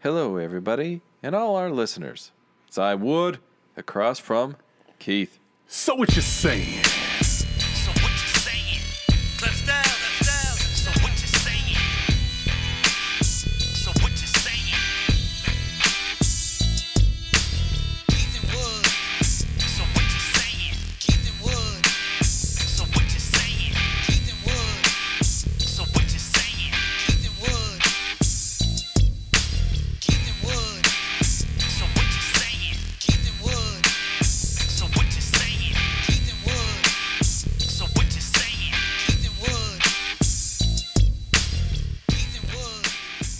Hello, everybody, and all our listeners. It's I Wood, across from Keith. So what you saying? So what you saying? Clap style, clap style. So what you saying? So what you saying? Keith and Wood. So what you saying? Keith and Wood. So what you saying? Keith and Wood. So what you saying? Keith and Wood. Keith and Wood. So what you saying? Keith and Wood. So what you saying? Keith and Wood. So what you saying? Keith and Wood. Keith and Wood.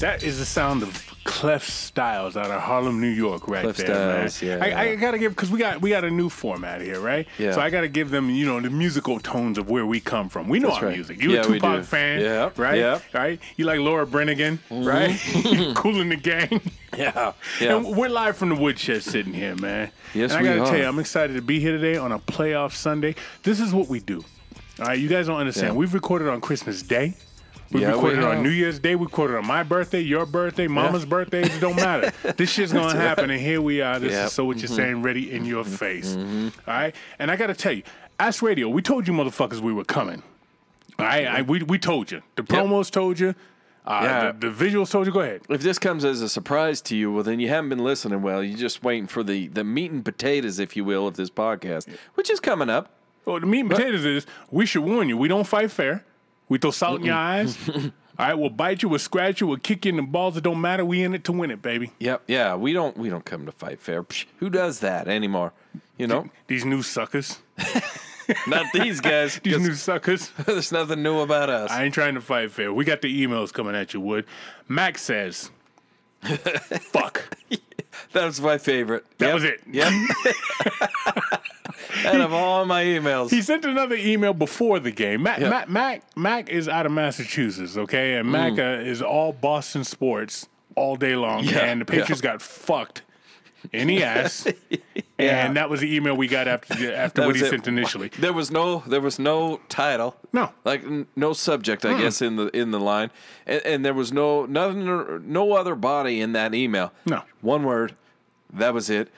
That is the sound of Clef Styles out of Harlem, New York, right Clef there, Styles, man. yeah. I, I gotta give because we got we got a new format here, right? Yeah. So I gotta give them, you know, the musical tones of where we come from. We know That's our right. music. You Yeah, a we Tupac do. fan, Yep, right? yep. Mm-hmm. Right? You like Laura Brennigan, right? cool in the gang. yeah. Yeah. And we're live from the woodshed sitting here, man. Yes, and I gotta we are. tell you, I'm excited to be here today on a playoff Sunday. This is what we do. All right, you guys don't understand. Yeah. We've recorded on Christmas Day. We Yeah, we recorded on have. New Year's Day. We recorded on my birthday, your birthday, Mama's birthday. It don't matter. this shit's gonna happen, and here we are. This Yep. Mm-hmm. is so what you're saying, ready in your face. All right, and I gotta tell you, Ask Radio. We told you motherfuckers we were coming. All right, I, we we told you. The promos told you. Uh, Yeah. the, the visuals told you. Go ahead. If this comes as a surprise to you, well, then you haven't been listening well. You're just waiting for the, the meat and potatoes, if you will, of this podcast, which is coming up. Well, the meat and potatoes is we should warn you. We don't fight fair. We throw salt in your eyes. All right, we'll bite you, we'll scratch you, we'll kick you in the balls. It don't matter. We in it to win it, baby. Yep. Yeah, we don't we don't come to fight fair. Psh, who does that anymore? You know, These new suckers. not these guys. These 'cause new suckers. there's nothing new about us. I ain't trying to fight fair. We got the emails coming at you, Wood. Max says, fuck. that was my favorite. That Yep, was it. Yep. Out of all my emails, He sent another email before the game. Mac, Yeah. Mm. Mac, Mac, Mac is out of Massachusetts, okay? And Mac uh, is all Boston sports all day long. Yeah, And the Patriots got fucked in the ass. And that was the email we got after, the- after That what was he it. sent initially. There was no there was no title. No. Like n- no subject, I guess in the in the line. And, and there was no nothing no other body in that email. No. One word. That was it.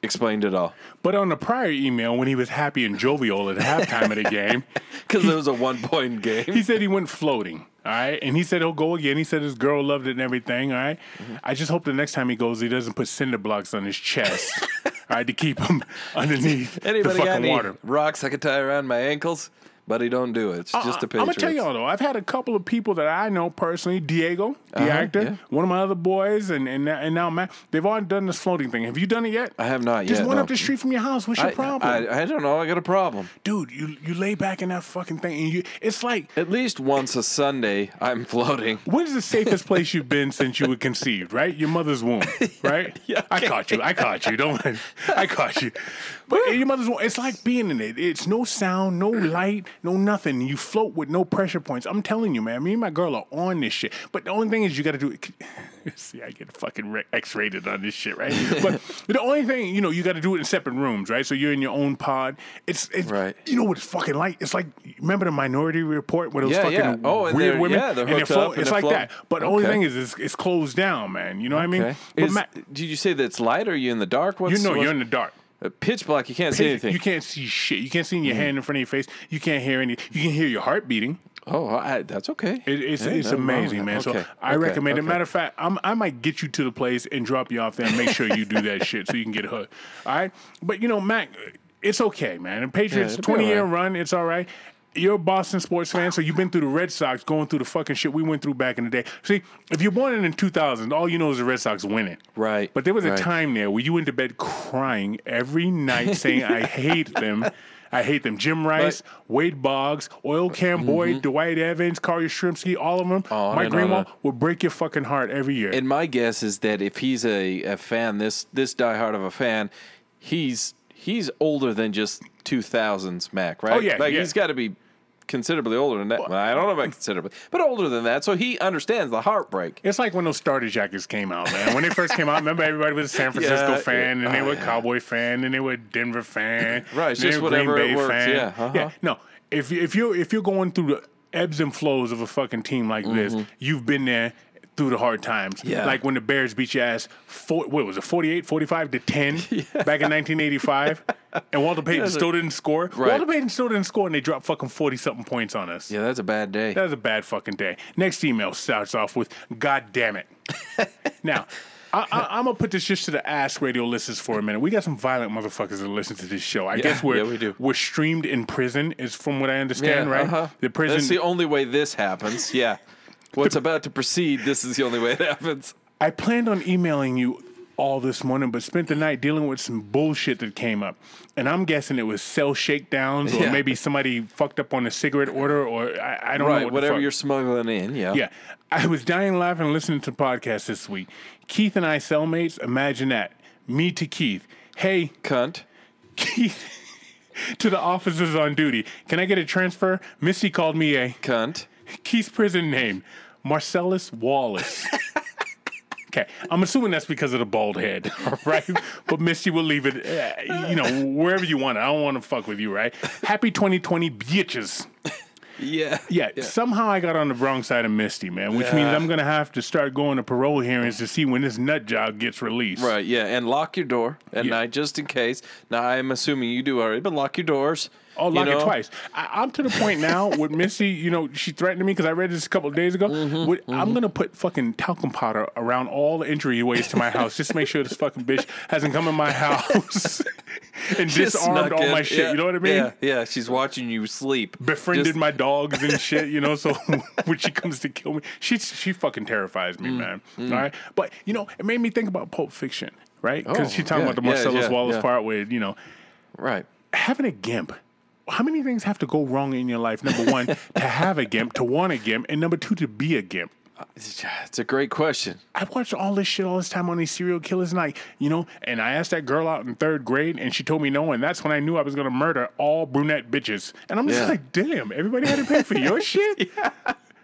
Explained it all. But on the prior email, when he was happy and jovial at halftime of the game, Cuz it was a one-point game. he said he went floating. All right. And he said he'll go again. He said his girl loved it and everything. All right? I just hope the next time he goes, he doesn't put cinder blocks on his chest. all right. To keep him underneath the Anybody fucking got any water. rocks I could tie around my ankles? But he don't do it. It's just a picture. I'm gonna Uh-uh. Uh, tell y'all though, I've had a couple of people that I know personally, Diego, the Uh-huh, actor, yeah. one of my other boys, and and, now- and now Matt. They've all done this floating thing. Have you done it yet? I have not Just yet, one no. up the street from your house. What's your I, problem, I, I don't know. I got a problem. dude? You you lay back in that fucking thing, and you it's like. At least once a Sunday, I'm floating. What is the safest place you've been since you were conceived, right? Your mother's womb, right? Yeah, I okay. caught you. I caught you. Don't worry. I caught you. But in your mother's womb, it's like being in it. It's no sound, no light, no nothing. You float with no pressure points. I'm telling you, man. Me and my girl are on this shit. But the only thing is you got to do it. See, I get fucking re- X-rated on this shit, right? But the only thing, you know, you got to do it in separate rooms, right? So you're in your own pod. It's, it's Right. You know what it's fucking like? It's like remember the Minority Report where those Yeah, fucking yeah. Oh, and weird they're- women yeah, they're and they're hooked up float- and It's they're like that. floating. But the only Okay. thing is, it's, it's closed down, man. You know what I mean? Okay. But Is- Ma- did you say that it's light or are you in the dark? What's, you know, what's- you're in the dark. Uh, pitch black. You can't see anything. You can't see shit. You can't see Mm-hmm. your hand in front of your face. You can't hear any. You can hear your heart beating. oh, I, that's okay. It, it's Yeah, it's nothing wrong with amazing, that. man. so Okay, I okay, recommend it. okay. Matter of fact, I'm, I might get you to the place and drop you off there and make sure you do that shit so you can get hooked. All right. But you know, Mac, it's okay, man. And Patriots, it'll be 20 year all run, it's all right. You're a Boston sports fan, so you've been through the Red Sox, going through the fucking shit we went through back in the day. See, if you're born in 2000, all you know is the Red Sox winning. Right, But there was a right. time there where you went to bed crying every night saying, I hate them. I hate them. Jim Rice, Wade Boggs, Oil Cam Boyd, Dwight Evans, Carl Yastrzemski, all of them. On Mike and on Greenwald and- will break your fucking heart every year. And my guess is that if he's a, a fan, this this diehard of a fan, he's he's older than just two thousands Mac, right? Oh, yeah, like yeah. he's got to be considerably older than that. Well, I don't know about considerably, but older than that. So he understands the heartbreak. it's like when those starter jackets came out, man. When they first came out, remember everybody was a San Francisco Yeah, fan, yeah. and they Oh, were a yeah. Cowboy fan, and they were a Denver fan, Right, it's and they just were a whatever it works, yeah, uh-huh. No, if you- if you if you're going through the ebbs and flows of a fucking team like this, you've been there through the hard times. Mm-hmm. Yeah. Like when the Bears beat your ass, four, what was it, 48, 45 to 10 back in 1985. and Walter Payton still didn't score. Walter Payton still didn't score and they dropped fucking 40 something points on us. Yeah, that's a bad day. That was a bad fucking day. Next email starts off with God damn it. now, I, I, I'm gonna put this just to the Ask Radio listeners for a minute. We got some violent motherfuckers that listen to this show. I guess we're yeah, we do. are streamed in prison, is from what I yeah, understand, right? uh-huh. The prison. That's the only way this happens. Yeah. What's about to proceed, this is the only way it happens. I planned on emailing you all this morning, but spent the night dealing with some bullshit that came up. And I'm guessing it was cell shakedowns, or Yeah. maybe somebody fucked up on a cigarette order, or I, I don't know. Right, What the whatever fuck. you're smuggling in, yeah. Yeah. I was dying laughing listening to podcasts this week. Keith and I cellmates, imagine that. Me to Keith. Hey, Cunt. Keith, to the officers on duty. Can I get a transfer? Missy called me a Cunt. Keith's prison name, Marcellus Wallace. okay, I'm assuming that's because of the bald head, right? but Misty will leave it, uh, you know, wherever you want it. I don't want to fuck with you, right? Happy 2020, bitches. Yeah. Yeah, somehow I got on the wrong side of Misty, man, which means Yeah. I'm gonna have to start going to parole hearings to see when this nut job gets released. Right, yeah. And lock your door at Yeah. night just in case. Now, I'm assuming you do already, but lock your doors. Oh, you lock know? it twice. I, I'm to the point now with Misty. You know, she threatened me because I read this a couple of days ago. Mm-hmm, With- I'm gonna put fucking talcum powder around all the entryways to my house just to make sure this fucking bitch hasn't come in my house and Just disarmed snuck all in. my shit. Yeah, You know what I mean? Yeah, yeah. She's watching you sleep. Befriended Just- my dogs and shit, you know. So when she comes to kill me, she she fucking terrifies Mm. me, man. All right, but you know, it made me think about Pulp Fiction, right? Because Oh, she's talking yeah, about the yeah, Marcellus yeah, Wallace yeah. part where you know Right. having a gimp. How many things have to go wrong in your life? Number one, to have a gimp, to want a gimp, and number two, to be a gimp. It's a great question. I watched all this shit all this time on these serial killers, and like, you know, and I asked that girl out in third grade, and she told me no, and that's when I knew I was gonna murder all brunette bitches. And I'm just Yeah. like, damn, everybody had to pay for your shit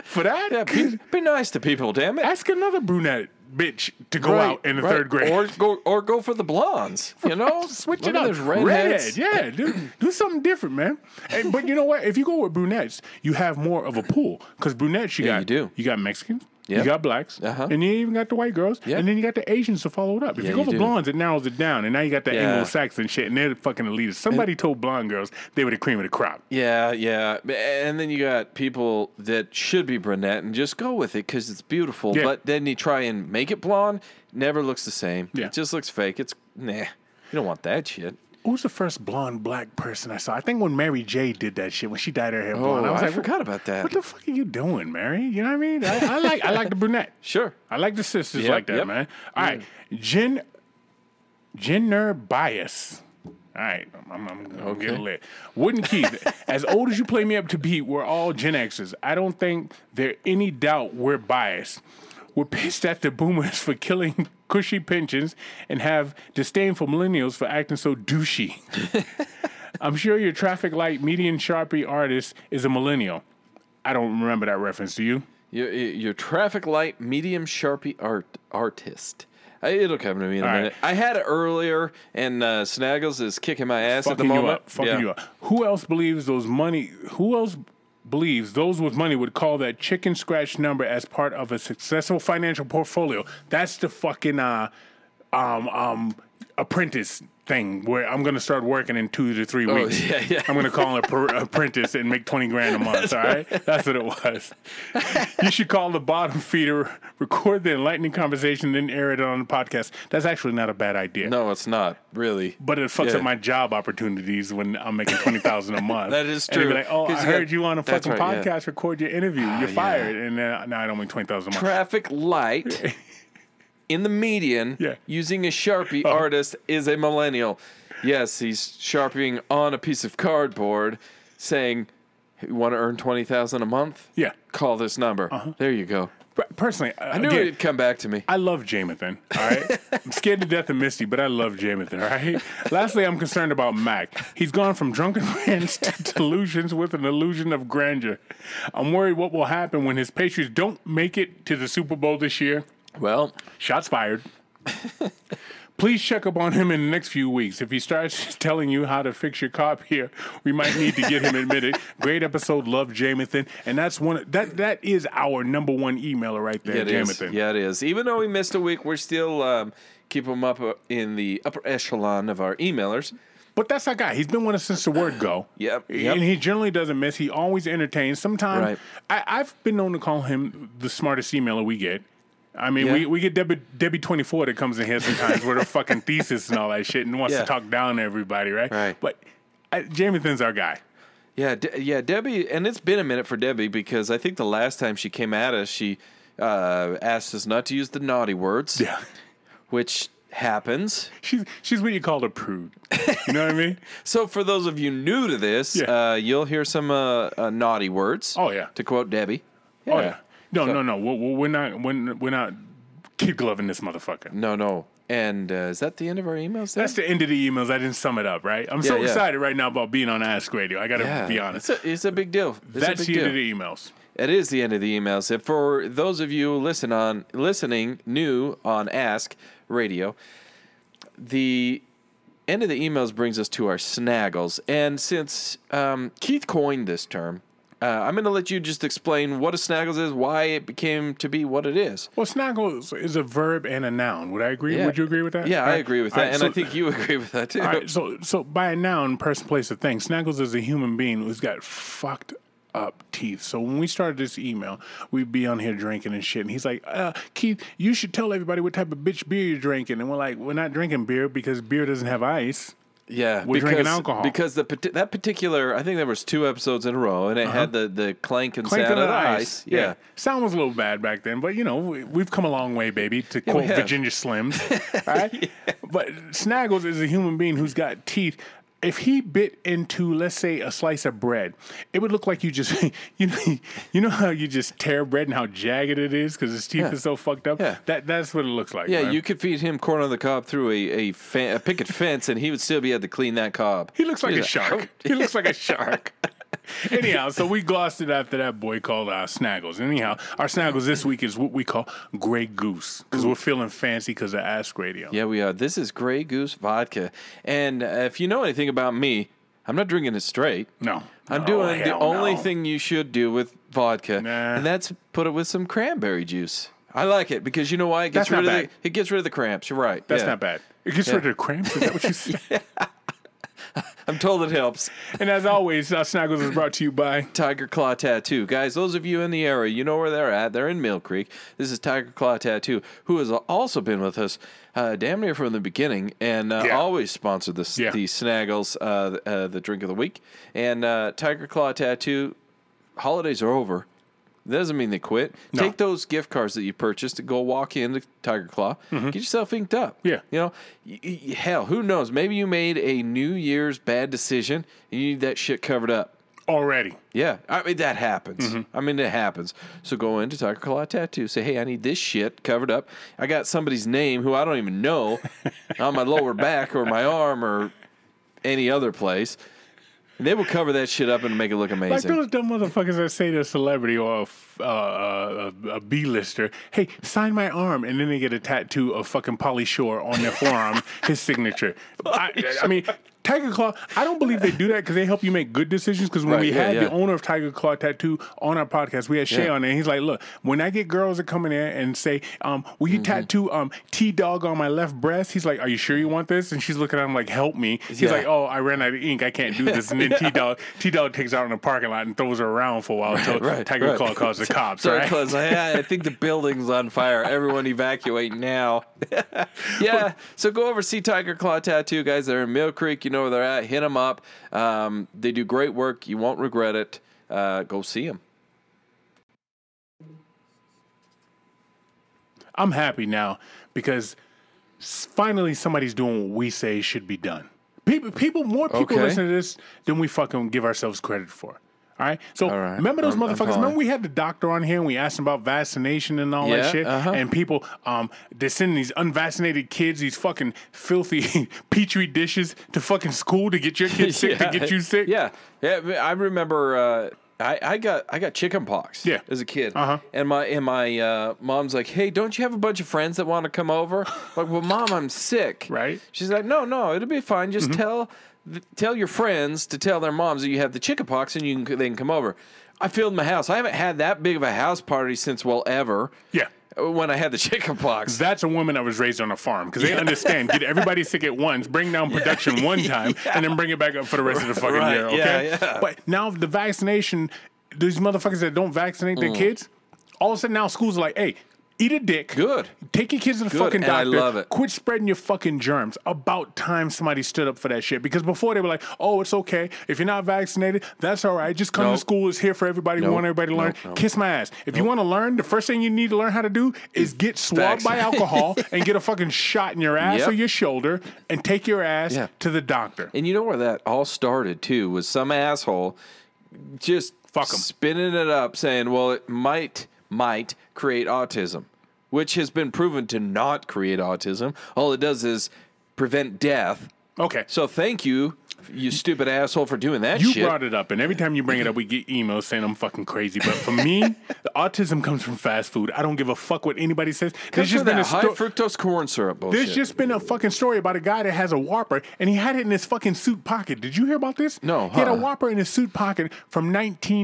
for that. Yeah, be, be nice to people, damn it. Ask another brunette bitch to go Right, out in the right. third grade. or go or go for the blondes. You know, switch Look it at up. those redheads. Redhead, yeah, do, do something different, man. And, but you know what? If you go with brunettes, you have more of a pool because brunettes, you Yeah, got you do. got Mexicans, Yeah. you got blacks, Uh-huh. and you even got the white girls, Yeah. and then you got the Asians to follow it up. If Yeah, you go you for do. blondes, it narrows it down, and now you got the Yeah. Anglo-Saxon shit, and they're the fucking elitist. Somebody told blonde girls they were the cream of the crop. yeah, yeah. And then you got people that should be brunette and just go with it because it's beautiful. Yeah. But then you try and make it blonde, never looks the same. Yeah. It just looks fake. It's nah. You don't want that shit. Who's the first blonde black person I saw? I think when Mary J did that shit, when she dyed her hair Oh, blonde, I was I like, forgot about that. What the fuck are you doing, Mary? You know what I mean? I, I like I like the brunette. sure. I like the sisters Yep, like that, yep. man. All right, Jen, gender bias. All right, I'm, I'm, I'm gonna get lit. Wooden Keith, as old as you play me up to be, we're all Gen Xers. I don't think there any doubt we're biased. We're pissed at the boomers for killing cushy pensions and have disdain for millennials for acting so douchey. I'm sure your traffic light median sharpie artist is a millennial. I don't remember that reference. Do you? Your, your traffic light medium sharpie art artist. I, it'll come to me in a All right. minute. I had it earlier, and uh, Snaggles is kicking my ass at the fucking moment. you up, fucking Yeah. you up. Who else believes those money? Who else believes those with money would call that chicken scratch number as part of a successful financial portfolio? That's the fucking uh, um, um, apprentice thing where I'm gonna start working in two to three weeks. Oh, yeah, yeah. I'm gonna call an appr- apprentice and make twenty grand a month. All right, that's what it was. you should call the bottom feeder, record the enlightening conversation, then air it on the podcast. That's actually not a bad idea. No, it's not really. But it fucks Yeah. up my job opportunities when I'm making twenty thousand a month. That is And they'll true. be like, oh, 'Cause I you got- heard you on a that's fucking right, podcast. yeah. Ah, Record your interview. You're yeah. fired, and then, now I don't make twenty thousand a month. traffic light in the median Yeah. Oh. using a sharpie artist is a millennial. Yes, he's sharpieing on a piece of cardboard saying, "Hey, "You want to earn twenty thousand a month? Yeah. Uh-huh. call this number." There you go. Per- Personally, I I knew it'd come back to me. I love Jamathan, all right? I'm scared to death of Misty, but I love Jamathan, all right? Lastly, I'm concerned about Mac. He's gone from drunken rants to delusions with an illusion of grandeur. I'm worried what will happen when his Patriots don't make it to the Super Bowl this year. Well, Shots fired. Please check up on him in the next few weeks. If he starts telling you how to fix your copier, we might need to get him admitted. Great episode, love Jamathan, and that's one that that is our number one emailer right there, Yeah, it is. Jamathan. Yeah, it is. Even though we missed a week, we're still um, keep him up uh, in the upper echelon of our emailers. But that's our guy. He's been with us since the word go. Yep, And yep. he generally doesn't miss. He always entertains. Sometimes Right. I, I've been known to call him the smartest emailer we get. I mean, we, Yeah. we get Debbie Debbie twenty four that comes in here sometimes with her fucking thesis and all that shit and wants Yeah. to talk down to everybody, right? Right. But I, Jamathan's our guy. Yeah, De- yeah, Debbie, and it's been a minute for Debbie because I think the last time she came at us, she uh, asked us not to use the naughty words, Yeah. which happens. She's she's what you call a prude. You know what I mean? So, for those of you new to this, Yeah. uh, you'll hear some uh, uh, naughty words. Oh, yeah. to quote Debbie. Oh yeah. No, no, no. We're, we're not we're, we're not kid gloving this motherfucker. No, no. And uh, is that the end of our emails? There? That's the end of the emails. I didn't sum it up, right? I'm so Yeah, yeah. excited right now about being on Ask Radio. I got to be honest. It's a, it's a big deal. It's a That's big the deal. end of the emails. It is the end of the emails. And for those of you listen on listening new on Ask Radio, the end of the emails brings us to our snaggles. And since um, Keith coined this term, uh, I'm going to let you just explain what a snaggles is, why it became to be what it is. Well, snaggle is, is a verb and a noun. Would I agree? Yeah. Would you agree with that? Yeah, All I right. agree with All that, right, and so- I think you agree with that too. All right, so so by a noun, person, place, or thing, Snaggles is a human being who's got fucked up teeth. So when we started this email, we'd be on here drinking and shit, and he's like, uh, "Keith, you should tell everybody what type of bitch beer you're drinking." And we're like, "We're not drinking beer because beer doesn't have ice." Yeah, We're drinking alcohol. because the parti- that particular I think there was two episodes in a row, and it had the the clank and Uh-huh. Clank sound on of the the ice. Yeah. Sound was a little bad back then, but you know, we, we've come a long way, baby, to quote have. Virginia Slims. all right? But Snaggles is a human being who's got teeth. If he bit into, let's say, a slice of bread, it would look like you just, you know, you know how you just tear bread and how jagged it is because his teeth Yeah. are so fucked up. Yeah. That that's what it looks like. Yeah, man. you could feed him corn on the cob through a a, fa- a picket fence, and he would still be able to clean that cob. He looks like He's a shark. He looks like a shark. Anyhow, so we glossed it after that boy called uh, Snaggles. Anyhow, our Snaggles this week is what we call Grey Goose because we're feeling fancy because of Ask Radio. Yeah, we are. This is Grey Goose vodka, and uh, if you know anything about me, I'm not drinking it straight. No. I'm No, doing the hell only no. thing you should do with vodka, Nah. and that's put it with some cranberry juice. I like it because you know why it gets That's not rid of bad. the, it gets rid of the cramps. You're right. That's Yeah. not bad. It gets rid of the cramps. Is that what you said? I'm told it helps. And as always, uh, Snaggles is brought to you by. Tiger Claw Tattoo. Guys, those of you in the area, you know where they're at. They're in Mill Creek. This is Tiger Claw Tattoo, who has also been with us uh, damn near from the beginning and uh, Yeah. always sponsored the, Yeah. the Snaggles, uh, uh, the drink of the week. And uh, Tiger Claw Tattoo, holidays are over. That doesn't mean they quit. No. Take those gift cards that you purchased and go walk into Tiger Claw. Get yourself inked up. Mm-hmm. Yeah. You know, y- y- hell, who knows? Maybe you made a New Year's bad decision and you need that shit covered up. Already. Yeah, I mean that happens. Mm-hmm. I mean it happens. So go into Tiger Claw Tattoo, say, "Hey, I need this shit covered up. I got somebody's name who I don't even know on my lower back or my arm or any other place." And they will cover that shit up and make it look Like amazing. those dumb motherfuckers that say to a celebrity or a, f- uh, uh, a, a B-lister, hey, sign my arm, and then they get a tattoo of fucking Polly Shore on their forearm, his signature. I, I mean, Tiger Claw, I don't believe they do that because they help you make good decisions. Because when Right, we yeah, had yeah. the owner of Tiger Claw Tattoo on our podcast, we had Shay Yeah. on there. and He's like, look, when I get girls that come in there and say, um, will Mm-hmm. you tattoo um, T-Dog on my left breast? He's like, are you sure you want this? And she's looking at him like, help me. He's Yeah. like, oh, I ran out of ink. I can't do this. And then T Dog T Dog takes her out in the parking lot and throws her around for a while until right, Tiger right. Claw calls the cops. Sorry, right? close. I, I think the building's on fire. Everyone evacuate now. yeah. So go over see Tiger Claw Tattoo guys. They're in Mill Creek. You know where they're at. Hit them up. Um, they do great work. You won't regret it. Uh, go see them. I'm happy now because s- finally somebody's doing what we say should be done. People, people, more people Okay. listen to this than we fucking give ourselves credit for. All right. So right. remember those I'm- I'm motherfuckers. following. remember we had the doctor on here and we asked him about vaccination and all that Yeah, shit. uh-huh. And people, um, they're sending these unvaccinated kids, these fucking filthy petri dishes to fucking school to get your kids sick to Yeah. get you sick. Yeah, yeah. I remember uh, I, I got I got chicken pox Yeah. as a kid. Uh-huh. And my and my uh, mom's like, "Hey, don't you have a bunch of friends that want to come over?" like, "Well, mom, I'm sick." Right. Mm-hmm. She's like, "No, no, it'll be fine. Just tell th- tell your friends to tell their moms that you have the chicken pox and you can they can come over." I filled my house. I haven't had that big of a house party since well ever. Yeah. When I had the chicken pox. That's a woman that was raised on a farm because they understand get everybody sick at once, bring down production one time, and then bring it back up for the rest of the fucking Right, year. yeah, Okay, yeah. but now the vaccination, these motherfuckers that don't vaccinate Mm. their kids, all of a sudden now schools are like, hey. Eat a dick. Good. Take your kids to the Good, fucking and I doctor. love it. Quit spreading your fucking germs. About time somebody stood up for that shit. Because before they were like, oh, it's okay. If you're not vaccinated, that's all right. Just come Nope. to school. It's here for everybody. We Nope, want everybody to learn. nope, nope. Kiss my ass. If you want to learn, the first thing you need to learn how to do is get swabbed by Vaccinated. alcohol and get a fucking shot in your ass Yep. or your shoulder and take your ass Yeah. to the doctor. And you know where that all started too was some asshole just Fuck 'em. spinning it up, saying, "Well, it might might create autism," which has been proven to not create autism. All it does is prevent death. Okay. So thank you, you stupid asshole, for doing that you shit. brought it up, and every time you bring it up, we get emails saying I'm fucking crazy. But for me, the autism comes from fast food. I don't give a fuck what anybody says. Comes There's just from been a that high sto- fructose corn syrup bullshit. There's just been a fucking story about a guy that has a Whopper and he had it in his fucking suit pocket. Did you hear about this? No, He had a huh. Whopper in his suit pocket from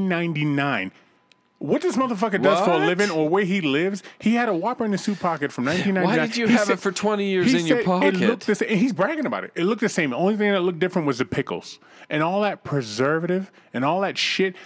1999. What this motherfucker does for a What? living or where he lives, he had a Whopper in his suit pocket from 1999. Why did you He have it for 20 years he in your said pocket? It looked the same. And he's bragging about it. It looked the same. The only thing that looked different was the pickles and all that preservative and all that shit.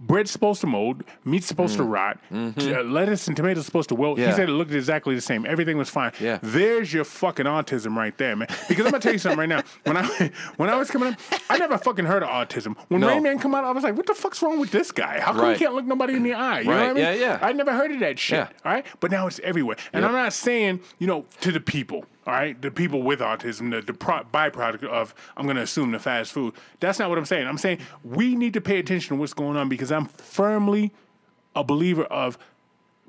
Bread's supposed to mold, meat's supposed to rot, t- uh, lettuce and tomatoes supposed to wilt. Mm. Mm-hmm. Yeah. He said it looked exactly the same. Everything was fine. Yeah. There's your fucking autism right there, man. Because I'm gonna tell you something right now. When I when I was coming up, I never fucking heard of autism. When No. Rayman come out, I was like, what the fuck's wrong with this guy? How come Right. he can't look nobody in the eye? You know Right. what I mean? Yeah, yeah. I never heard of that shit. Yeah. All right. But now it's everywhere. And Yep. I'm not saying, you know, to the people, all right, the people with autism, the, the pro- byproduct of, I'm going to assume the fast food. That's not what I'm saying. I'm saying we need to pay attention to what's going on because I'm firmly a believer of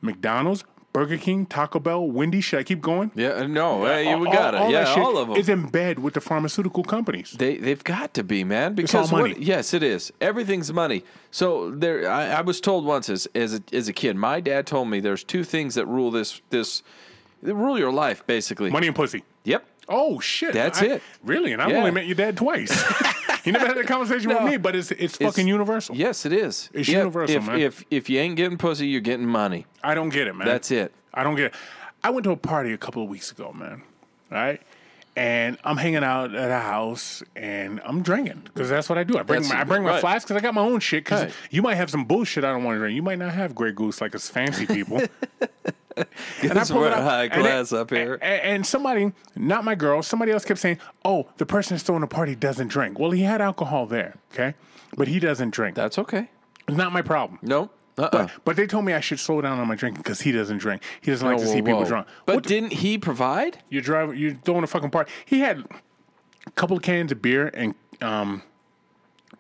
McDonald's, Burger King, Taco Bell, Wendy's. Should I keep going? yeah, no, hey, All- we got all it. that Yeah, shit all of them. is in bed with the pharmaceutical companies. They they've got to be man because all what- money. yes, it is. Everything's money. So there, I, I was told once as as a, as a kid, my dad told me there's two things that rule this this that rule your life basically. Money and pussy. Yep. Oh shit! That's I- it. Really, and I've Yeah. only met your dad twice. you never had that conversation No. with me, but it's it's fucking universal. Yes, it is. It's Yep. universal, if, man. If if you ain't getting pussy, you're getting money. I don't get it, man. That's it. I don't get it. I went to a party a couple of weeks ago, man. All right. And I'm hanging out at a house and I'm drinking because that's what I do. I bring That's- my I bring my right. flask because I got my own shit. Because Right. you might have some bullshit I don't want to drink. You might not have Grey Goose like us fancy people. and Guess pulled we're it up, high and it- class up here. a- And, somebody, not my girl, somebody else kept saying, "Oh, the person that's throwing a party doesn't drink." Well, he had alcohol there, okay, but he doesn't drink. That's okay. It's not my problem. No. Uh. uh But, but they told me I should slow down on my drinking because he doesn't drink. He doesn't like to see people drunk. Oh, But What the- didn't he provide? you're driving, you're throwing a fucking party. He had a couple of cans of beer and um,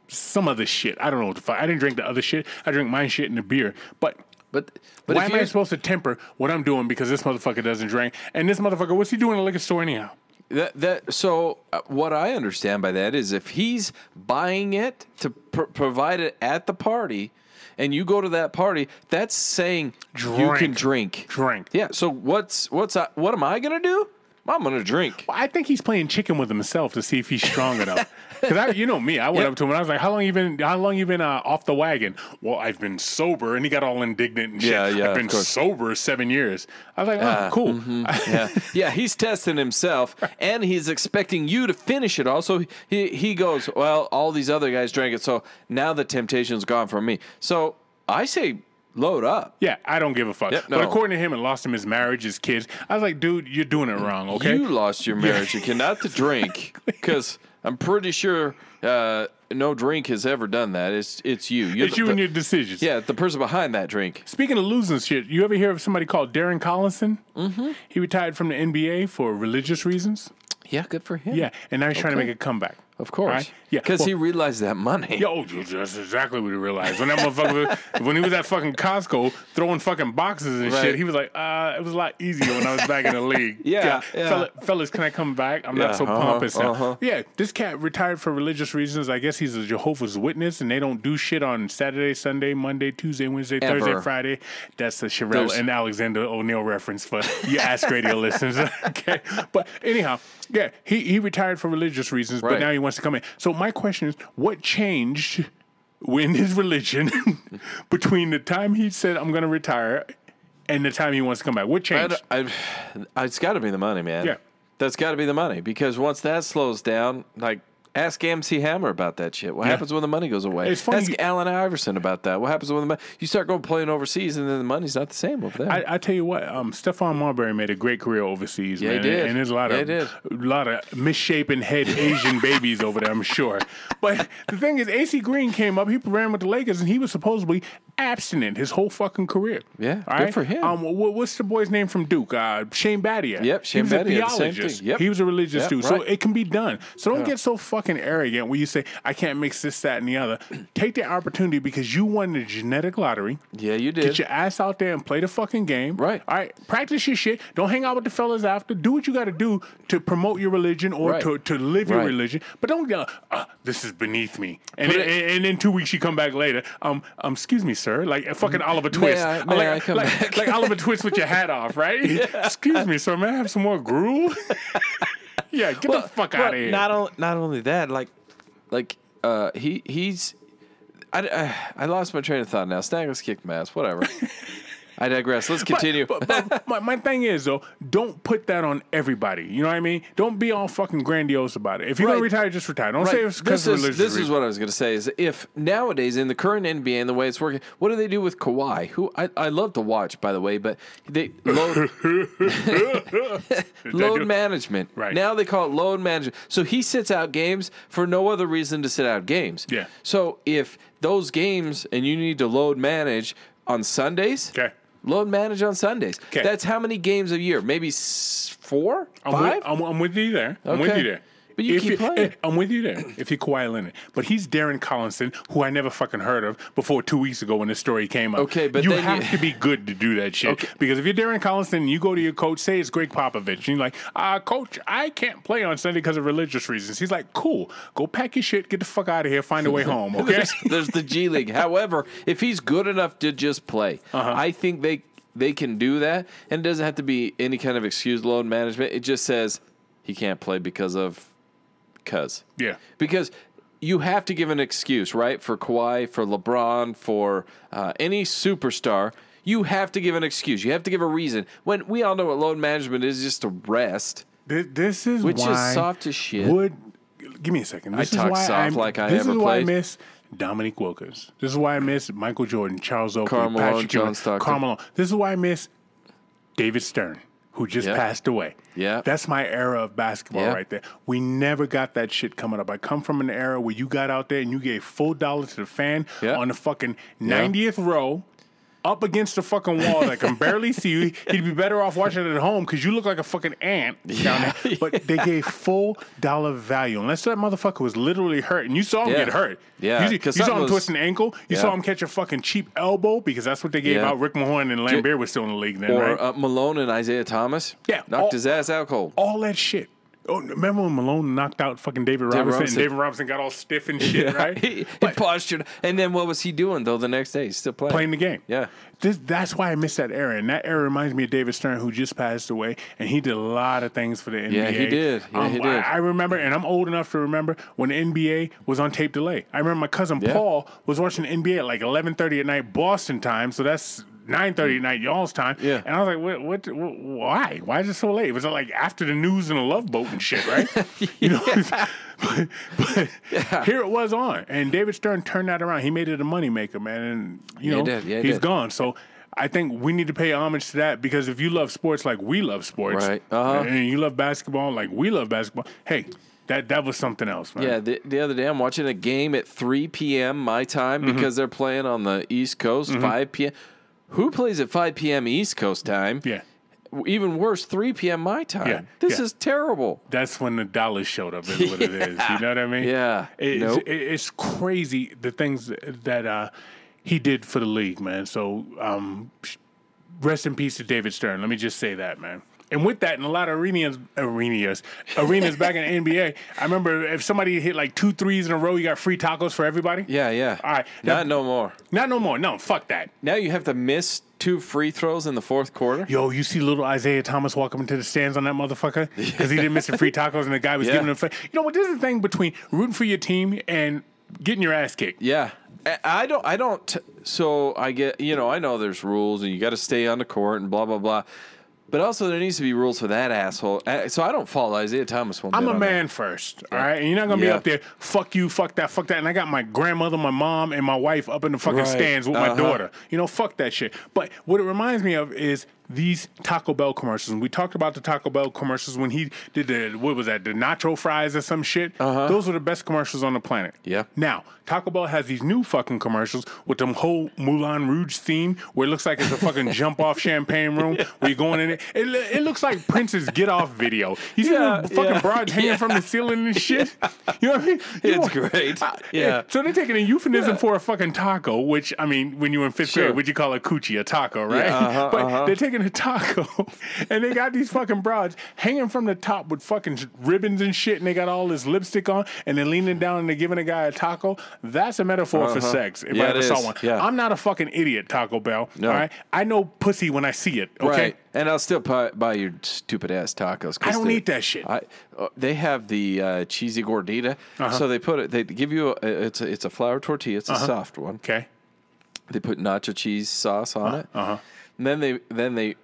some other shit. I don't know what the fuck. I didn't drink the other shit. I drank my shit and the beer. But But but why if am you I supposed to temper what I'm doing because this motherfucker doesn't drink? And this motherfucker, what's he doing in the liquor store anyhow? That that so uh, what I understand by that is if he's buying it to pr- provide it at the party, and you go to that party, that's saying you can Drink. drink. Drink. Yeah. So what's what's I, what am I gonna do? I'm gonna drink. I think he's playing chicken with himself to see if he's strong enough. Because I, you know me, I went Yep. up to him and I was like, "How long you been? How long you been uh, off the wagon?" Well, I've been sober, and he got all indignant and shit. Yeah, yeah, I've been of course. Ah, mm-hmm. sober seven years. I was like, "Oh, cool." Yeah. yeah. He's testing himself, and he's expecting you to finish it. Also, he he goes, well, all these other guys drank it, so now the temptation's gone from me. So I say load up. yeah, I don't give a fuck. Yep, But no. according to him, it lost him his marriage, his kids. I was like, "Dude, you're doing it wrong." Okay. You lost your marriage again, not the drink, because I'm pretty sure uh, no drink has ever done that. It's it's you. You're it's the- you and the- your decisions. yeah, the person behind that drink. Speaking of losing shit, you ever hear of somebody called Darren Collison? Mm-hmm. He retired from the NBA for religious reasons. Yeah, good for him. Yeah, and now he's trying to Okay. make a comeback. Of course. Right? Yeah, Because well- he realized that money. Yo, that's exactly what he realized. When that motherfucker, was- when he was at fucking Costco throwing fucking boxes and Right. shit, he was like, uh, it was a lot easier when I was back in the league. Yeah, yeah. Fella- fellas, can I come back? I'm Yeah, not so uh-huh, pompous now. uh-huh. Yeah, this cat retired for religious reasons. I guess he's a Jehovah's Witness and they don't do shit on Saturday, Sunday, Monday, Tuesday, Wednesday, Ever. Thursday, Friday. That's a Sherelle There's- and Alexander O'Neill reference for you ask radio listeners. Okay. But anyhow, yeah, he, he retired for religious reasons, Right. but now he wants to come in. So my question is, what changed in his religion between the time he said I'm going to retire and the time he wants to come back? What I changed? don't- I, I- it's got to be the money, man. Yeah. That's got to be the money because once that slows down, like ask MC Hammer about that shit. What happens when the money goes away? It's funny Ask you- Allen Iverson about that. What happens when the money? You start going playing overseas, and then the money's not the same over there. I, I tell you what, um, Stefan Marbury made a great career overseas, Yeah, he man. did. And there's a lot Yeah, of he a lot of misshapen head Asian babies over there, I'm sure. But the thing is, AC Green came up. He ran with the Lakers, and he was supposedly abstinent his whole fucking career. Yeah, All good right? for him. Um, wha- what's the boy's name from Duke? Uh, Shane Battier. Yep, Shane he Battier, was A the same theologist. thing. Yep. He was a religious Yep, dude, so right. it can be done. So don't get so fucking arrogant when you say I can't mix this, that, and the other. Take the opportunity because you won the genetic lottery. yeah, you did. Get your ass out there and play the fucking game. Right. All right. Practice your shit. Don't hang out with the fellas after. Do what you got to do to promote your religion or Right. to, to live your Right. religion. But don't go, uh, this is beneath me. And, Put then, it- and, and then two weeks you come back later. Um, um, excuse me, sir. Like a fucking Oliver Twist. I- Uh, may like, I come like, back? like Oliver Twist with your hat off, right? Excuse me, sir. May I have some more gruel? yeah, get the fuck Well, out of here. Not only not only that, like like uh he he's I, uh, I, I lost my train of thought now. Snaggles kicked my ass. Whatever. I digress. Let's continue. But, but, but my, my thing is though, don't put that on everybody. You know what I mean? Don't be all fucking grandiose about it. If you're Right. gonna retire, just retire. Don't say This it's because of is religious this is reasons. what I was gonna say is if nowadays in the current NBA and the way it's working, what do they do with Kawhi? Who I, I love to watch by the way, but they load load do- management. Right. now they call it load management. So he sits out games for no other reason to sit out games. Yeah. So if those games and you need to load manage on Sundays, Okay. load manage on Sundays. 'Kay. That's how many games a year? Maybe s- four, I'm five. With, I'm, I'm with you there. I'm with Okay. you there. But you If keep playing. eh, I'm with you there. If you Kawhi Leonard, but he's Darren Collinson, who I never fucking heard of before two weeks ago when this story came up. Okay, but you then have you- to be good to do that shit. Because if you're Darren Collinson, and you go to your coach, say it's Greg Popovich, and you're like, uh, "Coach, I can't play on Sunday because of religious reasons." He's like, "Cool, go pack your shit, get the fuck out of here, find a way home." Um, Okay. there's, there's the G League. However, if he's good enough to just play, Uh-huh. I think they they can do that, and it doesn't have to be any kind of excuse load management. It just says he can't play because of cuz Yeah. because. You have to give an excuse, right? For Kawhi, for LeBron, for uh, any superstar, you have to give an excuse. You have to give a reason. When we all know what load management is, just to rest. Th- This is Which is why soft as shit. Would give me a second. This is talk why soft I'm- like I This ever is why played. I miss Dominique Wilkins. This is why I miss Michael Jordan, Charles Oakley, Karl Malone, Patrick John Ewing, Stockton. Karl Malone. This is why I miss David Stern, who just Yeah. passed away. Yeah. that's my era of basketball Yeah. right there. We never got that shit coming up. I come from an era where you got out there and you gave full dollar to the fan Yeah. on the fucking ninetieth row up against the fucking wall that can barely see you. He'd be better off watching it at home because you look like a fucking ant down there. But they gave full dollar value. Unless that motherfucker was literally hurt and you saw him Yeah. get hurt. Yeah, You, see- 'cause you saw something him was- twist an ankle. You Yeah. saw him catch a fucking cheap elbow because that's what they gave Yeah. out. Rick Mahorn and Lambert was still in the league then, Or right? uh, Malone and Isaiah Thomas Yeah, knocked all- his ass out cold. All that shit. Oh, remember when Malone knocked out fucking David Robinson, Robinson. and David Robinson got all stiff and shit, right? He, he But- postured, and then what was he doing though? The next day, he's still playing. playing the game. Yeah. This, that's why I miss that era. And that era reminds me of David Stern, who just passed away, and he did a lot of things for the NBA. Yeah, he did. Yeah, he did. Um, I, I remember, and I'm old enough to remember when the NBA was on tape delay. I remember my cousin Yeah. Paul was watching the NBA at like 11:30 at night Boston time, so that's 9:30 at night y'all's time. Yeah. And I was like, what, what, wh- why? Why is it so late? Was it like after the news and the love boat and shit, right? You know, but, but here it was on, and David Stern turned that around. He made it a moneymaker, man, and Yeah, you know he did. Yeah, he he's did. gone. So I think we need to pay homage to that because if you love sports like we love sports, Right. Uh-huh. and you love basketball like we love basketball, hey, that that was something else, man. Yeah, the, the other day I'm watching a game at 3 p.m. my time Mm-hmm. because they're playing on the East Coast, 5 p.m. Who plays at 5 p.m. East Coast time? yeah. even worse, 3 p.m. my time. Yeah, This yeah. is terrible. That's when the dollars showed up. Is what it is. You know what I mean? Yeah. It's, Nope. it- it's crazy the things that uh, he did for the league, man. So um, rest in peace to David Stern. Let me just say that, man. And with that, in a lot of arenas, arenas, arenas back in the NBA, I remember if somebody hit like two threes in a row, you got free tacos for everybody. Yeah, yeah. All right. Not Now- no more. Not no more. No, fuck that. Now you have to miss two free throws in the fourth quarter. Yo, you see little Isaiah Thomas walk up into the stands on that motherfucker because he didn't miss the free tacos and the guy was Yeah. giving him. Fa- you know what? This is the thing between rooting for your team and getting your ass kicked. Yeah. I- I don't, I don't, t- so I get, you know, I know there's rules and you got to stay on the court and blah, blah, blah. But also, there needs to be rules for that asshole. Uh, So I don't follow Isaiah Thomas one I'm bit a on that. man first, all right? And you're not gonna Yeah. be up there, fuck you, fuck that, fuck that. And I got my grandmother, my mom, and my wife up in the fucking Right. stands with Uh-huh. my daughter. You know, fuck that shit. But what it reminds me of is these Taco Bell commercials. And we talked about the Taco Bell commercials when he did the what was that, the nacho fries or some shit. Those were the best commercials on the planet. Uh-huh. Yeah. Now Taco Bell has these new fucking commercials with them whole Moulin Rouge theme where it looks like it's a fucking jump off champagne room where you're going in it. It, lo- it looks like Prince's get off video. You see Yeah, the fucking yeah. broads hanging Yeah. from the ceiling and shit. You know what I mean? You It's want- great. I- eh, Yeah. So they're taking a euphemism for a fucking taco, which I mean, when you were in fifth Sure. grade, would you call a coochie a taco, right? Yeah, uh-huh, but uh-huh. they're taking a taco and they got these fucking broads hanging from the top with fucking ribbons and shit, and they got all this lipstick on, and they're leaning down and they're giving a guy a taco. That's a metaphor for sex. If Uh-huh. Yeah, I it ever saw is. one, Yeah. I'm not a fucking idiot, Taco Bell. No. All right, I know pussy when I see it. Okay. Right. And I'll still buy, buy your stupid ass tacos. 'cause I don't they- eat that shit. I, uh, they have the uh, cheesy gordita. Uh-huh. So they put it, they give you, a, it's, a, it's a flour tortilla. It's a soft one. Okay. They put nacho cheese sauce Uh, on it. Uh-huh. And then they, then they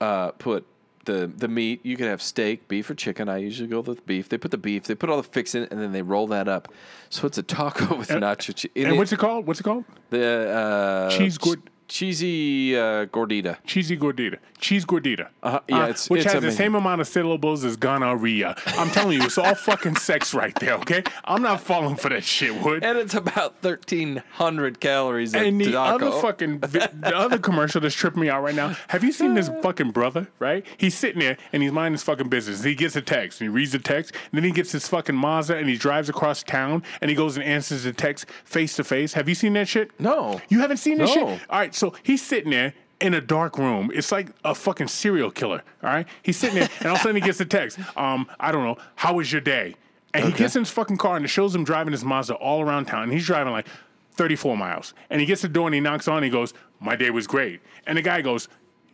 uh, put the, the meat. You can have steak, beef, or chicken. I usually go with beef. They put the beef, they put all the fixin', and then they roll that up. So it's a taco with nacho cheese. And what's it called? What's it called? The uh, Cheese gord- ch- cheesy uh, gordita. Cheesy gordita. Cheese gordita. Uh, yeah, it's- which it's has the amazing. same amount of syllables as gonorrhea. I'm telling you, it's all fucking sex right there, okay? I'm not falling for that shit, Wood. And it's about 1,300 calories of And the taco. other fucking vi- the other commercial that's tripping me out right now. Have you seen this fucking brother? Right, he's sitting there and he's minding his fucking business. He gets a text and he reads the text. And then he gets his fucking Mazda and he drives across town and he goes and answers the text face to face. Have you seen that shit? No. you haven't seen this No. shit. All right, so he's sitting there. In a dark room, it's like a fucking serial killer. All right, he's sitting there, and all of a sudden he gets a text. Um, I don't know. How was your day? And he Okay. gets in his fucking car, and it shows him driving his Mazda all around town. And he's driving like 34 miles. And he gets to the door and he knocks on. And he goes, "My day was great." And the guy goes,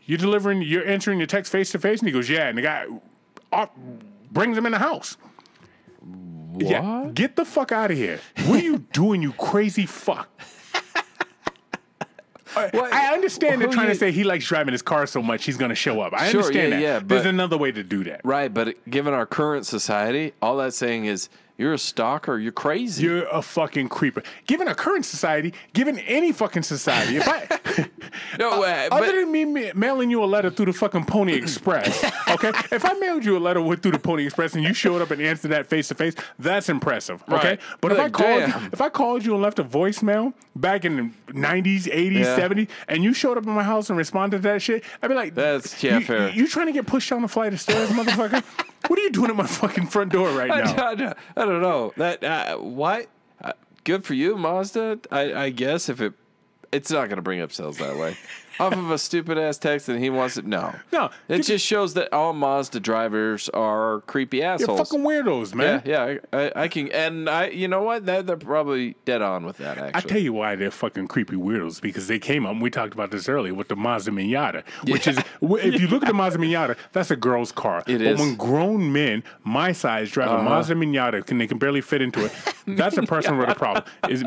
"You delivering? You're answering your text face to face?" And he goes, "Yeah." And the guy uh, brings him in the house. Yeah, What? get the fuck out of here. What are you doing, you crazy fuck? I- What- I understand they're who trying you- to say he likes driving his car so much he's going to show up. I Sure, understand yeah, that. yeah, There's but- another way to do that. Right, but given our current society, all that's saying is you're a stalker, you're crazy. You're a fucking creeper. Given a current society, given any fucking society, if I Uh, no way. other but- than me ma- mailing you a letter through the fucking Pony Express, okay? If I mailed you a letter with, through the Pony Express and you showed up and answered that face to face, that's impressive, okay? Right. But if I Like, called damn. you, if I called you and left a voicemail back in the nineties, eighties, Yeah. seventies, and you showed up in my house and responded to that shit, I'd be like, That's- yeah, you, fair. You, you trying to get pushed down the flight of stairs, motherfucker? what are you doing at my fucking front door right I, now? I don't- I don't know. That uh, why? Uh, good for you, Mazda. I, I guess if it, it's not going to bring up sales that way. Off of a stupid ass text, and he wants it. No, No, It give- just shows that all Mazda drivers are creepy assholes. You're fucking weirdos, man. yeah, yeah. I, I, I can, and I. You know what? They're, they're probably dead on with that. Actually, I tell you why they're fucking creepy weirdos because they came up. and We talked about this earlier with the Mazda Miata, which is wh- if you look at the Mazda Miata, that's a girl's car. It but is. Uh-huh. when grown men my size drive a Mazda Miata and they can barely fit into it, that's a person with a problem. Is it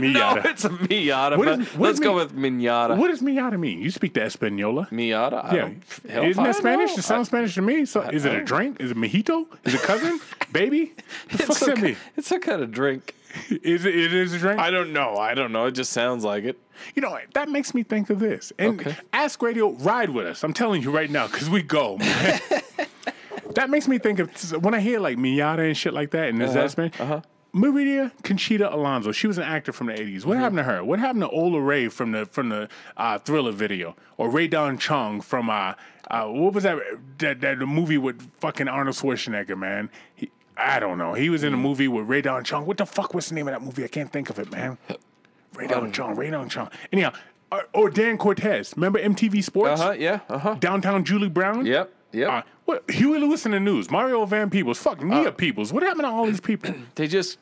No, Miata? it's a Miata. What but is- what let's is go mi- with Miata. what does Miata mean? You speak the Espanola. Miata? I Yeah, don't- hell if isn't I that Spanish? know. It sounds Spanish to me. So, is it a drink? Is it mojito? Is it cousin? Baby? The I- fuck's it's, that a, mean? it's a kind of drink. Is it? It is a drink. I don't know. I don't know. It just sounds like it. You know, that makes me think of this. And Okay. Ask Radio, ride with us. I'm telling you right now, because we go, man. that makes me think of when I hear like Miata and shit like that, and there's Uh-huh, that man. Maria Conchita Alonso. She was an actor from the 80s. Mm-hmm. What happened to her? What happened to Ola Ray from the from the uh, Thriller video? Or Ray Don Chung from uh, uh, what was that that, that the movie with fucking Arnold Schwarzenegger, man? He, I don't know. He was Mm-hmm. in a movie with Ray Don Chung. What the fuck was the name of that movie? I can't think of it, man. Ray Um. Don Chung, Ray Don Chung. Anyhow, or, or Dan Cortez. Remember MTV Sports? Uh huh. Yeah. Uh huh. Downtown Julie Brown? Yep. Yep. Uh, what Huey Lewis in the news, Mario Van Peebles, fuck Uh, Nia Peoples. What happened to all these people? they just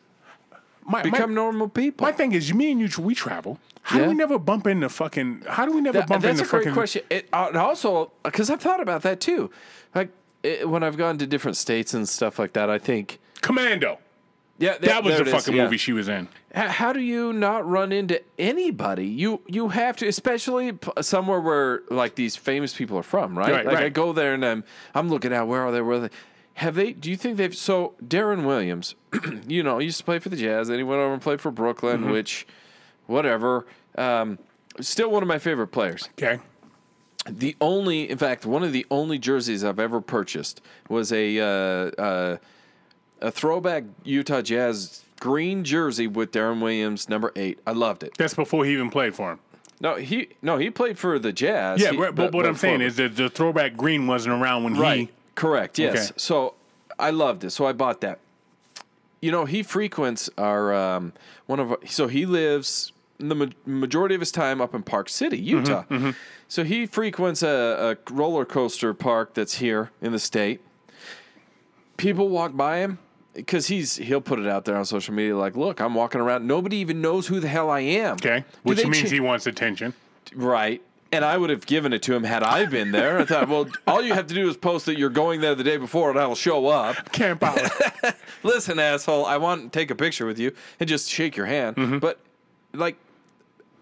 My, become my, normal people. my thing is, me and you, we travel. How Yeah. do we never bump into fucking? How do we never That- bump that's into a great fucking? question. It, uh, and also, because I've thought about that too. Like it, when I've gone to different states and stuff like that, I think. Commando. Yeah, That was there the it is, fucking yeah. movie she was in. H- How do you not run into anybody? You you have to, especially p- somewhere where like these famous people are from, right? Right, like I right. go there and I'm I'm looking out. Where are they? Where are they? Have they? Do you think they've? So Darren Williams, you know, he used to play for the Jazz. Then he went over and played for Brooklyn, which, whatever. Um, still one of my favorite players. Okay. The only, in fact, one of the only jerseys I've ever purchased was a uh, uh, a throwback Utah Jazz green jersey with Darren Williams, number eight. I loved it. That's before he even played for him. No, he no he played for the Jazz. Yeah, He- but, but what I'm saying for- is that the throwback green wasn't around when right, he. correct. Yes. Okay. So I loved it. So I bought that. You know, he frequents our um, one of our, so he lives the ma- majority of his time up in Park City, Mm-hmm. Utah. So he frequents a, a roller coaster park that's here in the state. People walk by him because he's he'll put it out there on social media like, "Look, I'm walking around. Nobody even knows who the hell I am." Okay, Do which they means cha- he wants attention. Right. And I would have given it to him had I been there. I thought, well, all you have to do is post that you're going there the day before and I'll show up. Camp out. Listen, asshole, I want to take a picture with you and just shake your hand. But like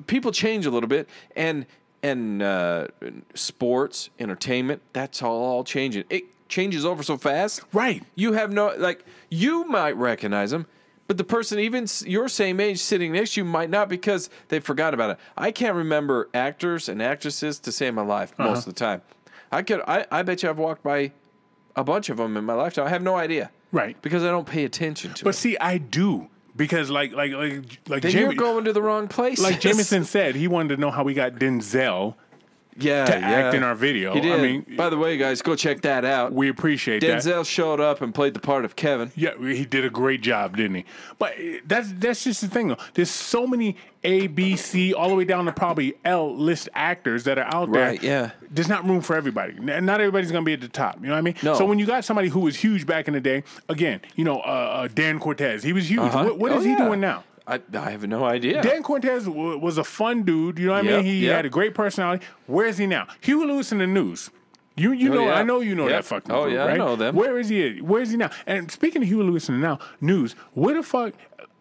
people change a little bit and and uh, sports, entertainment, that's all changing. It changes over so fast. Right. You have no like you might recognize them, but the person even s- your same age sitting next to you might not because they forgot about it. I can't remember actors and actresses to save my life Uh-huh. most of the time. I could I, I bet you I've walked by a bunch of them in my lifetime. I have no idea. Right. Because I don't pay attention to But it. see, I do because like like like like Then Jamie- you're going to the wrong place. like Jameson said, he wanted to know how we got Denzel. yeah, to yeah. act in our video. He I did. mean- by the way, guys, go check that out. We appreciate that. Denzel showed up and played the part of Kevin. Yeah, he did a great job, didn't he? But uh, that's that's just the thing. Though. There's so many A, B, C, all the way down to probably L list actors that are out there. Right, yeah. There's not room for everybody. N- Not everybody's gonna be at the top. You know what I mean? No. So when you got somebody who was huge back in the day, again, you know, uh, uh, Dan Cortez, he was huge. Huh? What, what Oh, is he yeah. doing now? I, I have no idea. Dan Cortez w- was a fun dude. You know what I Yep, mean? He yep. had a great personality. Where is he now? Huey Lewis in the news. You you Oh, know yeah. I know you know Yep. that fucking Oh, group, yeah, I right? know them. Where is he? at? Where is he now? And speaking of Huey Lewis in the now news, where the fuck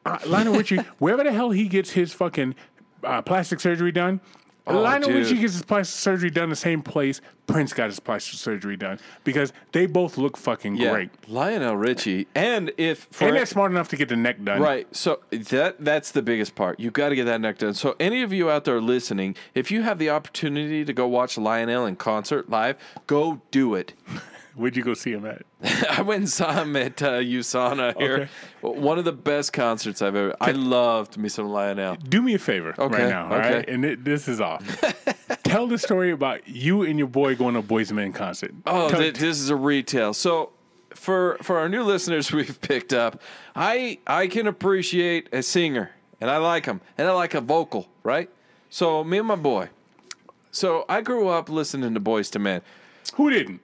uh, Lionel Richie? Wherever the hell he gets his fucking uh, plastic surgery done. Lionel Oh, dude. Richie gets his plastic surgery done the same place Prince got his plastic surgery done because they both look fucking yeah. great. Lionel Richie. And if for And they're smart enough to get the neck done. Right. So that that's the biggest part. You got to get that neck done. So any of you out there listening, if you have the opportunity to go watch Lionel in concert live, go do it. Where'd you go see him at? I went and saw him at uh, USANA here. One of the best concerts I've ever. I loved me some Lionel. do me a favor Okay, right now, all right? okay. And it, this is off. Tell the story about you and your boy going to Boys Men concert. Oh, Tell- th- this is a retail. So for for our new listeners we've picked up, I I can appreciate a singer and I like him and I like a vocal, right? So me and my boy. So I grew up listening to Boys to Men. who didn't?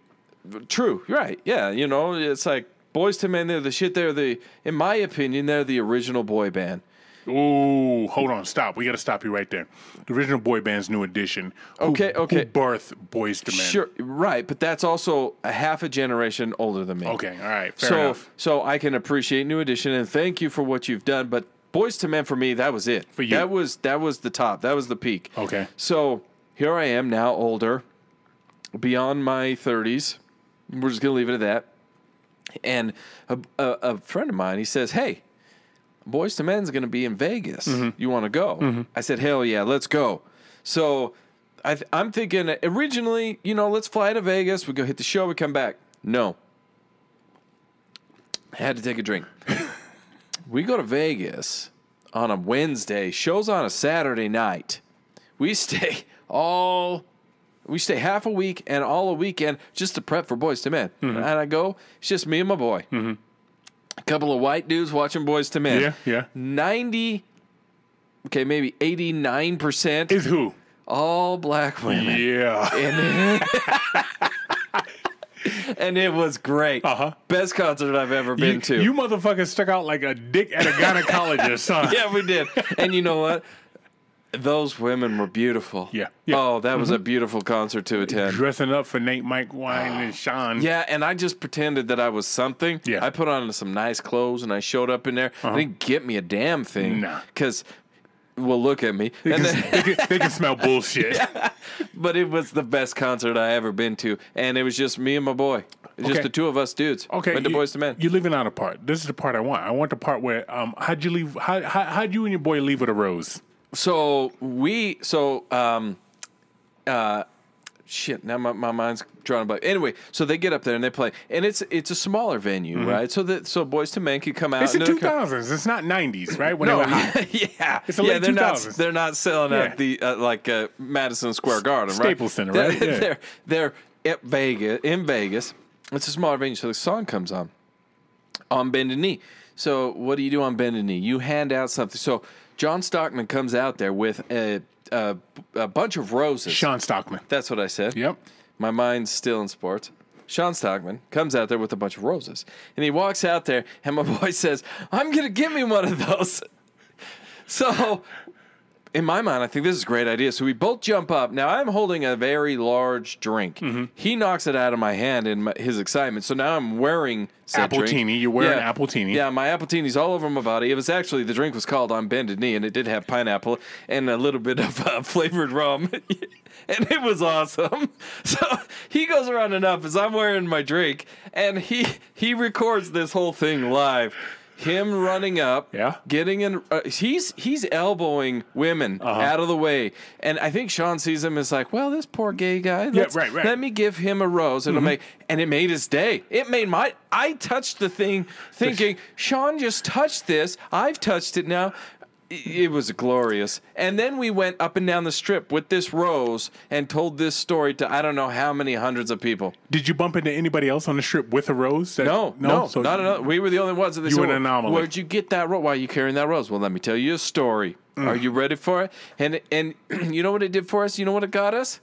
True, you're right. Yeah, you know, it's like Boys to Men. They're the shit. They're the, in my opinion, they're the original boy band. Ooh, hold on, stop. We got to stop you right there. The original boy band's new edition. who- Okay, okay. Who birth Boys to Men? Sure, right. But that's also a half a generation older than me. Okay, all right, fair so enough. so I can appreciate New Edition and thank you for what you've done. But Boys to Men for me, that was it. For you. that was that was the top. That was the peak. Okay. So here I am now, older, beyond my thirties. We're just gonna leave it at that. And a, a, a friend of mine, he says, "Hey, Boys to Men's going to be in Vegas. Mm-hmm. You want to go? I said, hell yeah, let's go. So I th- I'm thinking originally, you know, let's fly to Vegas. We go hit the show. We come back. No, I had to take a drink. We go to Vegas on a Wednesday, shows on a Saturday night. We stay all we stay half a week and all a weekend just to prep for Boys to Men. Mm-hmm. And I go, it's just me and my boy. A couple of white dudes watching Boys to Men. Yeah, yeah. 90 okay, maybe 89% Is who? all black women. Yeah. And, and it was great. Uh-huh. Best concert I've ever been You, to. you motherfuckers stuck out like a dick at a gynecologist, huh? yeah, we did. And you know what? Those women were beautiful. Yeah, yeah. Mm-hmm. Oh, that was a beautiful concert to attend. Dressing up for Nate, Mike, Wine, and Sean. Yeah, and I just pretended that I was something. Yeah. Uh-huh. I put on some nice clothes and I showed up in there. They didn't get me a damn thing. Nah. Because, well, look at me. They And can, then, they, can, they can smell bullshit. but it was the best concert I ever been to. And it was just me and my boy. Just Okay. the two of us dudes. Okay, Went to you, Boys to Men. You're leaving out a part. This is the part I want. I want the part where um, how'd you leave? How, how how'd you and your boy leave with a rose? so we so um uh shit now my, my mind's drawn a blank anyway so they get up there and they play and it's it's a smaller venue right so that so boys to men could come out It's the and they'll two come- thousands. It's not nineties, right? When no, they were hot. yeah, It's the yeah, late they're not 2000s. they're not selling Yeah. at the uh, like uh, Madison Square Garden, right? Staples Center, right? They're, Yeah. they're they're at Vegas in Vegas. It's a smaller venue, so the song comes on on bended knee. So what do you do on bended knee? You hand out something. So John Stockman comes out there with a a, a bunch of roses. Sean Stockman. That's what I said. Yep. My mind's still in sports. Sean Stockman comes out there with a bunch of roses. And he walks out there, and my boy says, I'm going to give me one of those. So, in my mind, I think this is a great idea. So, we both jump up. Now, I'm holding a very large drink. Mm-hmm. He knocks it out of my hand in my, his excitement. So, now I'm wearing said drink. Appletini. You're wearing Appletini. Yeah, my Appletini's all over my body. It was actually, the drink was called On Bended Knee, and it did have pineapple and a little bit of uh, flavored rum. and it was awesome. So he goes around enough as I'm wearing my drink, and he he records this whole thing live. Him running up, Yeah. getting in. Uh, he's he's elbowing women out of the way, and I think Sean sees him as like, well, this poor gay guy. let's- right, Mm-hmm. right. Let me give him a rose. It'll make and it made his day. It made my I touched the thing thinking, Sean just touched this. I've touched it now. I- It was glorious. And then we went up and down the strip with this rose and told this story to I don't know how many hundreds of people. Did you bump into anybody else on the strip with a rose? That- No, no, So- not another. We were the only ones that they You said, were an "Well, anomaly." Where'd you get that rose? Why are you carrying that rose? Well, let me tell you a story. Are Mm. you ready for it? And and you know what it did for us? You know what it got us?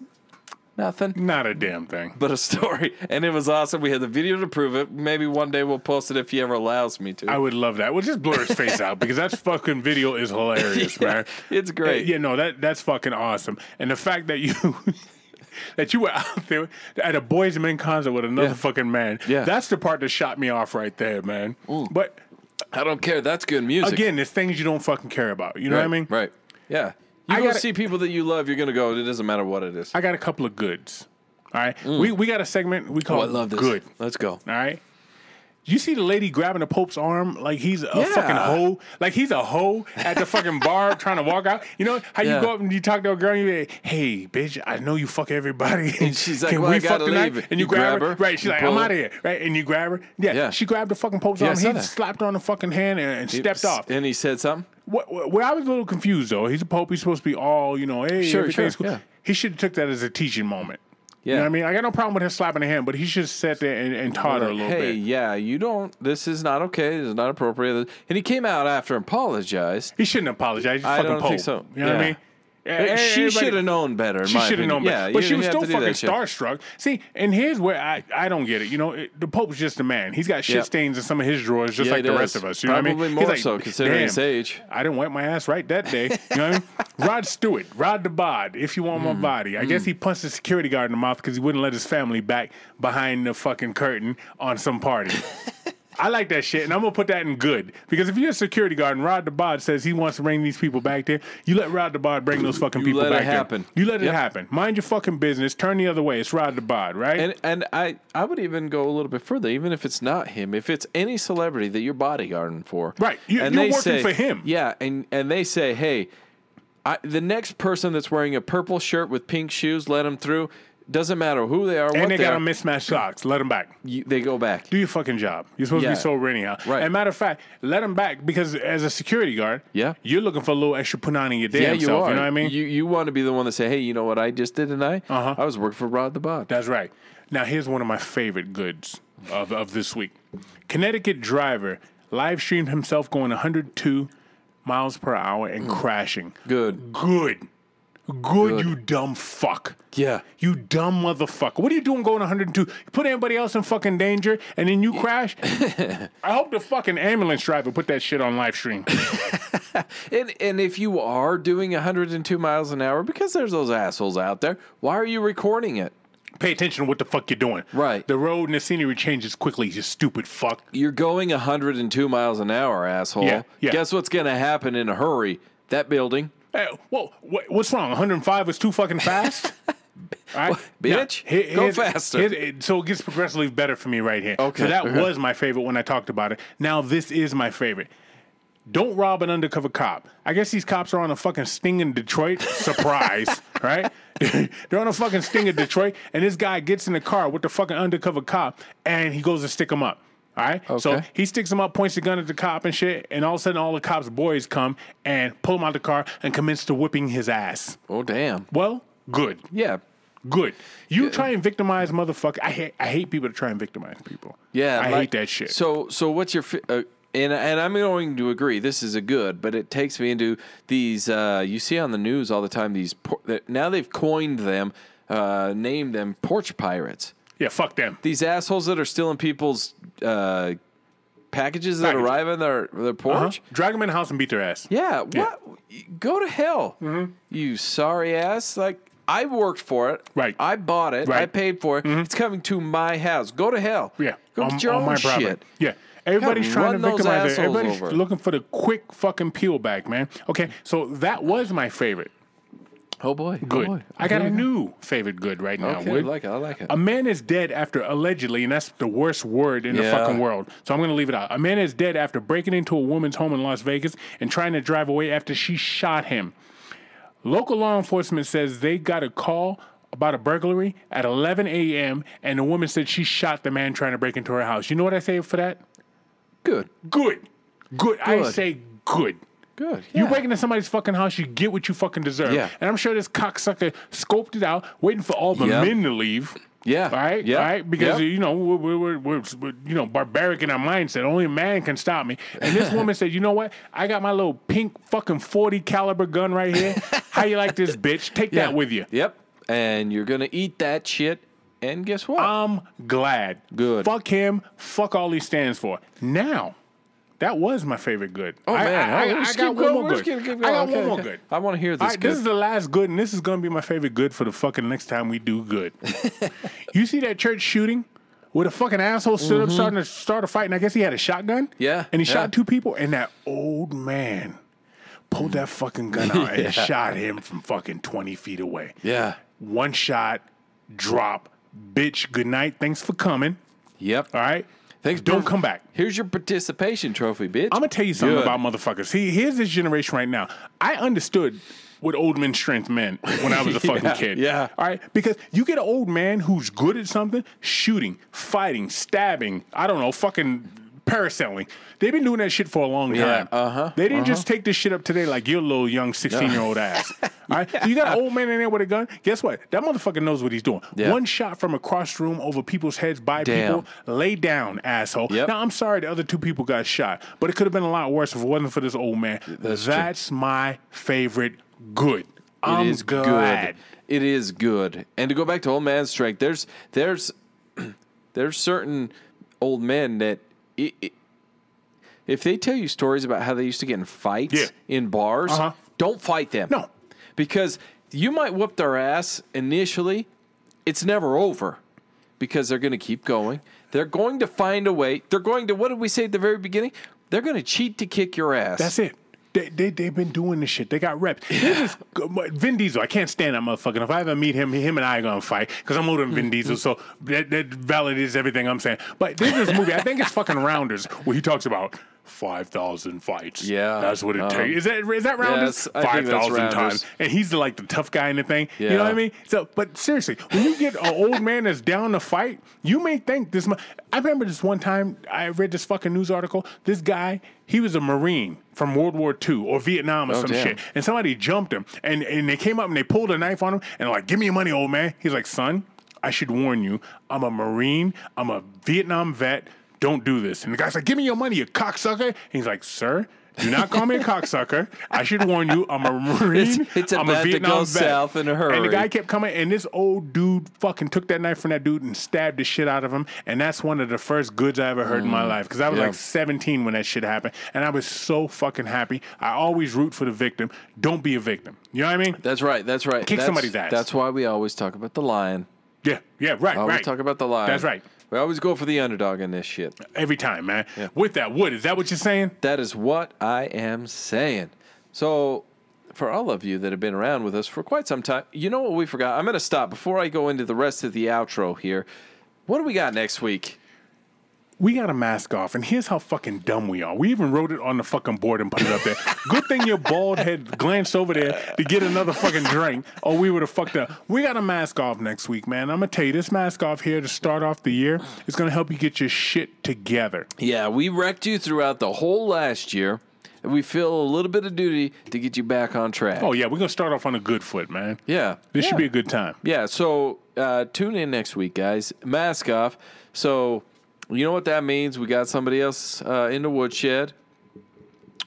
Nothing Not a damn thing. but a story. And it was awesome. We had the video to prove it. Maybe one day we'll post it if he ever allows me to. I would love that. Well, just blur his face out because that fucking video is hilarious, man. it's great. Yeah, no, that that's fucking awesome. And the fact that you that you were out there at a boys and men concert with another Yeah. fucking man. Yeah. Mm. That's the part that shot me off right there, man. But I don't care. That's good music. again, there's things you don't fucking care about. You know right, what I mean? Right. Yeah. You I go gotta- see people that you love, you're going to go, it doesn't matter what it is. I got a couple of goods. All right. We we got a segment we call Mm. oh, I love this. good. Let's go. All right. You see the lady grabbing the Pope's arm like he's a Yeah. fucking hoe, like he's a hoe at the fucking bar trying to walk out. You know how Yeah. you go up and you talk to a girl and you be like, "Hey, bitch, I know you fuck everybody." And she's like, "Well, I gotta leave." And you, grab, her, right? She's you like, pull "I'm her. out of here," right? And you grab her. Yeah, Yeah. she grabbed the fucking Pope's Yeah, I arm. saw He that. slapped her on the fucking hand and, and stepped off. And he said something. What, what, where I was a little confused though. He's a Pope. He's supposed to be all you know. Hey, Sure, everything's sure, cool. yeah. He should have took that as a teaching moment. Yeah. You know what I mean? I got no problem with him slapping the hand, but he should have sat there and, and taught her a little hey, bit. yeah, you don't. This is not okay. This is not appropriate. And he came out after and apologized. He shouldn't apologize. He's I fucking don't Pope. think so. You know what I Yeah. mean? Eh, eh, she everybody- should have known better. in She my should have opinion. known Yeah, better. you But she didn't was have still to do that fucking shit. starstruck. See, and here's where I, I don't get it. You know, it, the Pope's just a man. He's got shit Yep. stains in some of his drawers, just Yeah, like he the does. rest of us. You know what I Probably mean? more He's like, so, considering his "Damn, age." I didn't wipe my ass right that day. You know what I mean? Rod Stewart, Rod the Bod, if you want Mm, my body. I guess he punched the security guard in the mouth because he wouldn't let his family back behind the fucking curtain on some party. I like that shit, and I'm gonna put that in good because if you're a security guard and Rod Dabod says he wants to bring these people back there, you let Rod Dabod bring those fucking people let it back there. happen. You let it Yep. happen. Mind your fucking business. Turn the other way. It's Rod Dabod, right? And and I I would even go a little bit further, even if it's not him, if it's any celebrity that you're bodyguarding for, Right. You- and you're they working say- for him. Yeah, and and they say, hey, I, the next person that's wearing a purple shirt with pink shoes, let him through. Doesn't matter who they are, what And they they got are, on mismatched socks. Let them back. you- they go back. Do your fucking job. You're supposed Yeah. to be sober anyhow. Right. And matter of fact, let them back because as a security guard, Yeah. you're looking for a little extra punani in your damn yeah, you self. are. You know what I mean? You you want to be the one to say, hey, you know what I just did tonight? Uh-huh. I was working for Rod the Bod. That's right. Now here's one of my favorite goods of, of this week. Connecticut driver live streamed himself going 102 miles per hour and crashing. Hmm. Good. Good. Good, you dumb fuck. Yeah. You dumb motherfucker. What are you doing going 102? You put anybody else in fucking danger and then you crash? I hope the fucking ambulance driver put that shit on live stream. And and if you are doing 102 miles an hour, because there's those assholes out there, why are you recording it? Pay attention to what the fuck you're doing. Right. The road and the scenery changes quickly, you stupid fuck. You're going 102 miles an hour, asshole. Yeah, yeah. Guess what's going to happen in a hurry? That building. Hey, whoa, wha- what's wrong? 105 is too fucking fast? All right. bitch, Now, here- go here's- faster. here's- it- so it gets progressively better for me right here. Okay. So that Okay. was my favorite when I talked about it. Now this is my favorite. Don't rob an undercover cop. I guess these cops are on a fucking sting in Detroit. Surprise, right? They're on a fucking sting in Detroit, and this guy gets in the car with the fucking undercover cop, and he goes to stick him up. All right, so Okay. he sticks him up, points the gun at the cop and shit, and all of a sudden, all the cops' boys come and pull him out the car and commence to whipping his ass. Oh damn. Well, good. Yeah. Good. You try and victimize motherfucker. I hate I hate people to try and victimize people. Yeah. I like- hate that shit. So so what's your fi- uh, and and I'm going to agree this is a good, but it takes me into these uh, you see on the news all the time these por- that now they've coined them uh, named them porch pirates. yeah, fuck them. These assholes that are stealing people's uh, packages that Packages. Uh-huh. arrive on their their Huh? porch. Drag them in the house and beat their ass. Yeah, what? Go to hell. Mm-hmm. You sorry ass. Like I worked for it. Right. I bought it. I Right. Mm-hmm. paid for it. It's coming to my house. Go to hell. Yeah. Go on, get your on own my shit. property. Yeah. Everybody's Yeah, trying to run those victimize it. assholes Everybody's over. looking for the quick fucking peel back, man. Okay, so that was my favorite. Oh boy. Oh Good. boy. I got a new favorite good right now. Okay, I Wood. like it. I like it. A man is dead after allegedly, and that's the worst word in the Yeah. fucking world. So I'm going to leave it out. A man is dead after breaking into a woman's home in Las Vegas and trying to drive away after she shot him. Local law enforcement says they got a call about a burglary at 11 a.m., and the woman said she shot the man trying to break into her house. You know what I say for that? good. Good. Good. I Good. say good. Good. You break into somebody's fucking house, you get what you fucking deserve. Yeah. And I'm sure this cocksucker scoped it out, waiting for all the Yeah. men to leave. Yeah. All right. Yeah. All right. Because Yeah. you know we're, we're, we're, we're, we're, you know barbaric in our mindset. Only a man can stop me. And this woman said, "You know what? I got my little pink fucking forty caliber gun right here. How you like this, bitch? Take that with you." Yep. And you're gonna eat that shit. And guess what? I'm glad. Good. Fuck him. Fuck all he stands for. Now, that was my favorite good. Oh man, I, I, oh, I, let's got keep one going, more let's good. keep- keep I got going. one Okay, more okay. good. I wanna hear All this right, this good. is the last good, and this is gonna be my favorite good for the fucking next time we do good. you see that church shooting? Where the fucking asshole stood up, starting to start a fight, and I guess he had a shotgun. Mm-hmm. Yeah, and he yeah. shot two people, and that old man pulled that fucking gun out and shot him from fucking twenty feet away yeah. one shot, drop, bitch, good night. Thanks for coming. Yep. All right. Thanks, Don't bro. come back. Here's your participation trophy, bitch. I'm gonna tell you something Good. about motherfuckers. He, here's this generation right now. I understood what old men strength meant when I was a fucking Yeah, kid. yeah. All right. Because you get an old man who's good at something, shooting, fighting, stabbing, I don't know, fucking parasailing. They've been doing that shit for a long time. uh-huh, They didn't just take this shit up today like your little young 16 year old ass. All right. So you got an old man in there with a gun. Guess what? That motherfucker knows what he's doing. Yeah. One shot from across the room over people's heads by Damn. people. Lay down, asshole. Yep. Now I'm sorry the other two people got shot, but it could have been a lot worse if it wasn't for this old man. That's, my favorite good. It I'm is good. glad. It is good. And to go back to old man strength, there's there's there's certain old men that i i if they tell you stories about how they used to get in fights Yeah. in bars, Uh-huh. don't fight them. No. Because you might whoop their ass initially, it's never over because they're going to keep going. They're going to find a way. They're going to what did we say at the very beginning? They're going to cheat to kick your ass. That's it. They, they, they've been doing this shit. They got reps. This is- Vin Diesel, I can't stand that motherfucker. If I ever meet him, him and I are going to fight because I'm older than Mm-hmm. Vin Diesel, so that, that validates everything I'm saying. But there's this movie, I think it's fucking Rounders, where he talks about five thousand fights. Yeah. that's what it Uh-huh. takes. Is that is that rounders? Yes, I think five that's thousand rounders. times, and he's the, like the tough guy in the thing. You know Yeah. what I mean? So, but seriously, when you get an old man that's down to fight, you may think this. mu- I remember this one time I read this fucking news article. This guy, he was a Marine from World War II or Vietnam or some Oh, damn. shit, and somebody jumped him, and and they came up and they pulled a knife on him, and like, give me your money, old man. He's like, son, I should warn you, I'm a Marine, I'm a Vietnam vet. Don't do this. And the guy's like, give me your money, you cocksucker. And he's like, sir. Do not call me a cocksucker. I should warn you. I'm a Marine. It's- it's I'm about to go south in a And the hurry. guy kept coming, and this old dude fucking took that knife from that dude and stabbed the shit out of him. And that's one of the first goods I ever heard in my life because I was Mm. Yeah. like 17 when that shit happened, and I was so fucking happy. I always root for the victim. Don't be a victim. You know what I mean? That's right. That's right. Kick that's, somebody's ass. That's why we always talk about the lion. Yeah, yeah, right, Always right. talk about the lion. That's right. We always go for the underdog in this shit. Every time, man. With that wood, is that what you're saying? That is what I am saying. So, for all of you that have been around with us for quite some time, you know what we forgot? I'm going to stop before I go into the rest of the outro here. What do we got next week? we got a mask off, and here's how fucking dumb we are. We even wrote it on the fucking board and put it up there. Good thing your bald head glanced over there to get another fucking drink, or we would have fucked up. We got a mask off next week, man. I'm gonna tell you, this mask off here to start off the year is gonna help you get your shit together. Yeah, we wrecked you throughout the whole last year, and we feel a little bit of duty to get you back on track. Oh yeah, we're gonna start off on a good foot, man. yeah. This yeah. should be a good time. Yeah, so uh, tune in next week, guys. Mask off. So, you know what that means? We got somebody else uh, in the woodshed,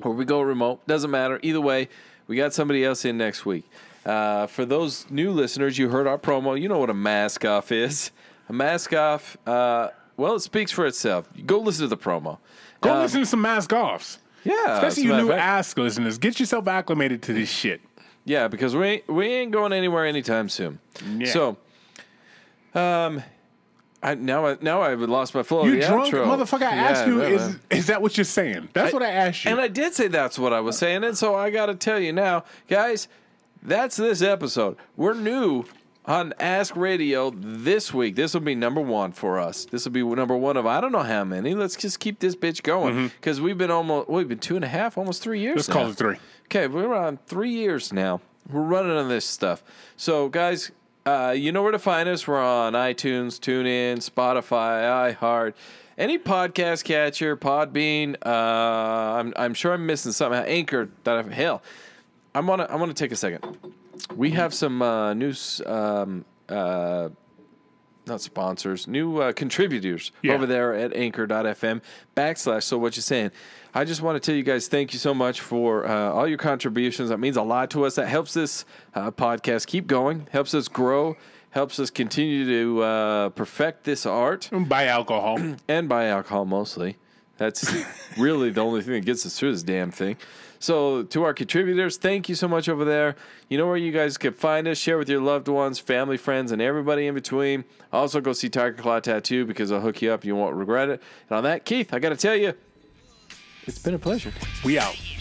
or we go remote. Doesn't matter. Either way, we got somebody else in next week. Uh, for those new listeners, you heard our promo. You know what a mask off is. A mask off, uh, well, it speaks for itself. Go listen to the promo. Go Um, listen to some mask offs. Yeah, as a Especially you matter of new fact. ask listeners. Get yourself acclimated to this shit. Yeah, because we ain't, we ain't going anywhere anytime soon. Yeah. So, um, I now I now I've lost my flow. of You the drunk outro. motherfucker, I asked Oh, Yeah, you, no, is no. is that what you're saying? That's what I asked you. and I did say that's what I was saying, and so I got to tell you now, guys. That's this episode. We're new on Ask Radio this week. This will be number one for us. This will be number one of I don't know how many. Let's just keep this bitch going because we've been almost we've been two and a half, almost three years. Mm-hmm. Let's call now. it three. Okay, we're on three years now. We're running on this stuff. So, guys, uh, you know where to find us. We're on iTunes, TuneIn, Spotify, iHeart, any podcast catcher, Podbean. Uh, I'm, I'm sure I'm missing something. Anchor. That I've, hell, I'm gonna I'm gonna take a second. We have some uh, new s- um, uh, not sponsors, new uh, contributors Yeah. over there at anchor.fm backslash so what you saying. I just want to tell you guys thank you so much for uh, all your contributions. That means a lot to us. That helps this uh, podcast keep going, helps us grow, helps us continue to uh, perfect this art Buy alcohol. and by alcohol mostly. That's really the only thing that gets us through this damn thing. So, to our contributors, thank you so much over there. You know where you guys can find us. Share with your loved ones, family, friends, and everybody in between. Also, go see Tiger Claw Tattoo because I'll hook you up. You won't regret it. And on that, Keith, I got to tell you, it's been a pleasure. We out. Keep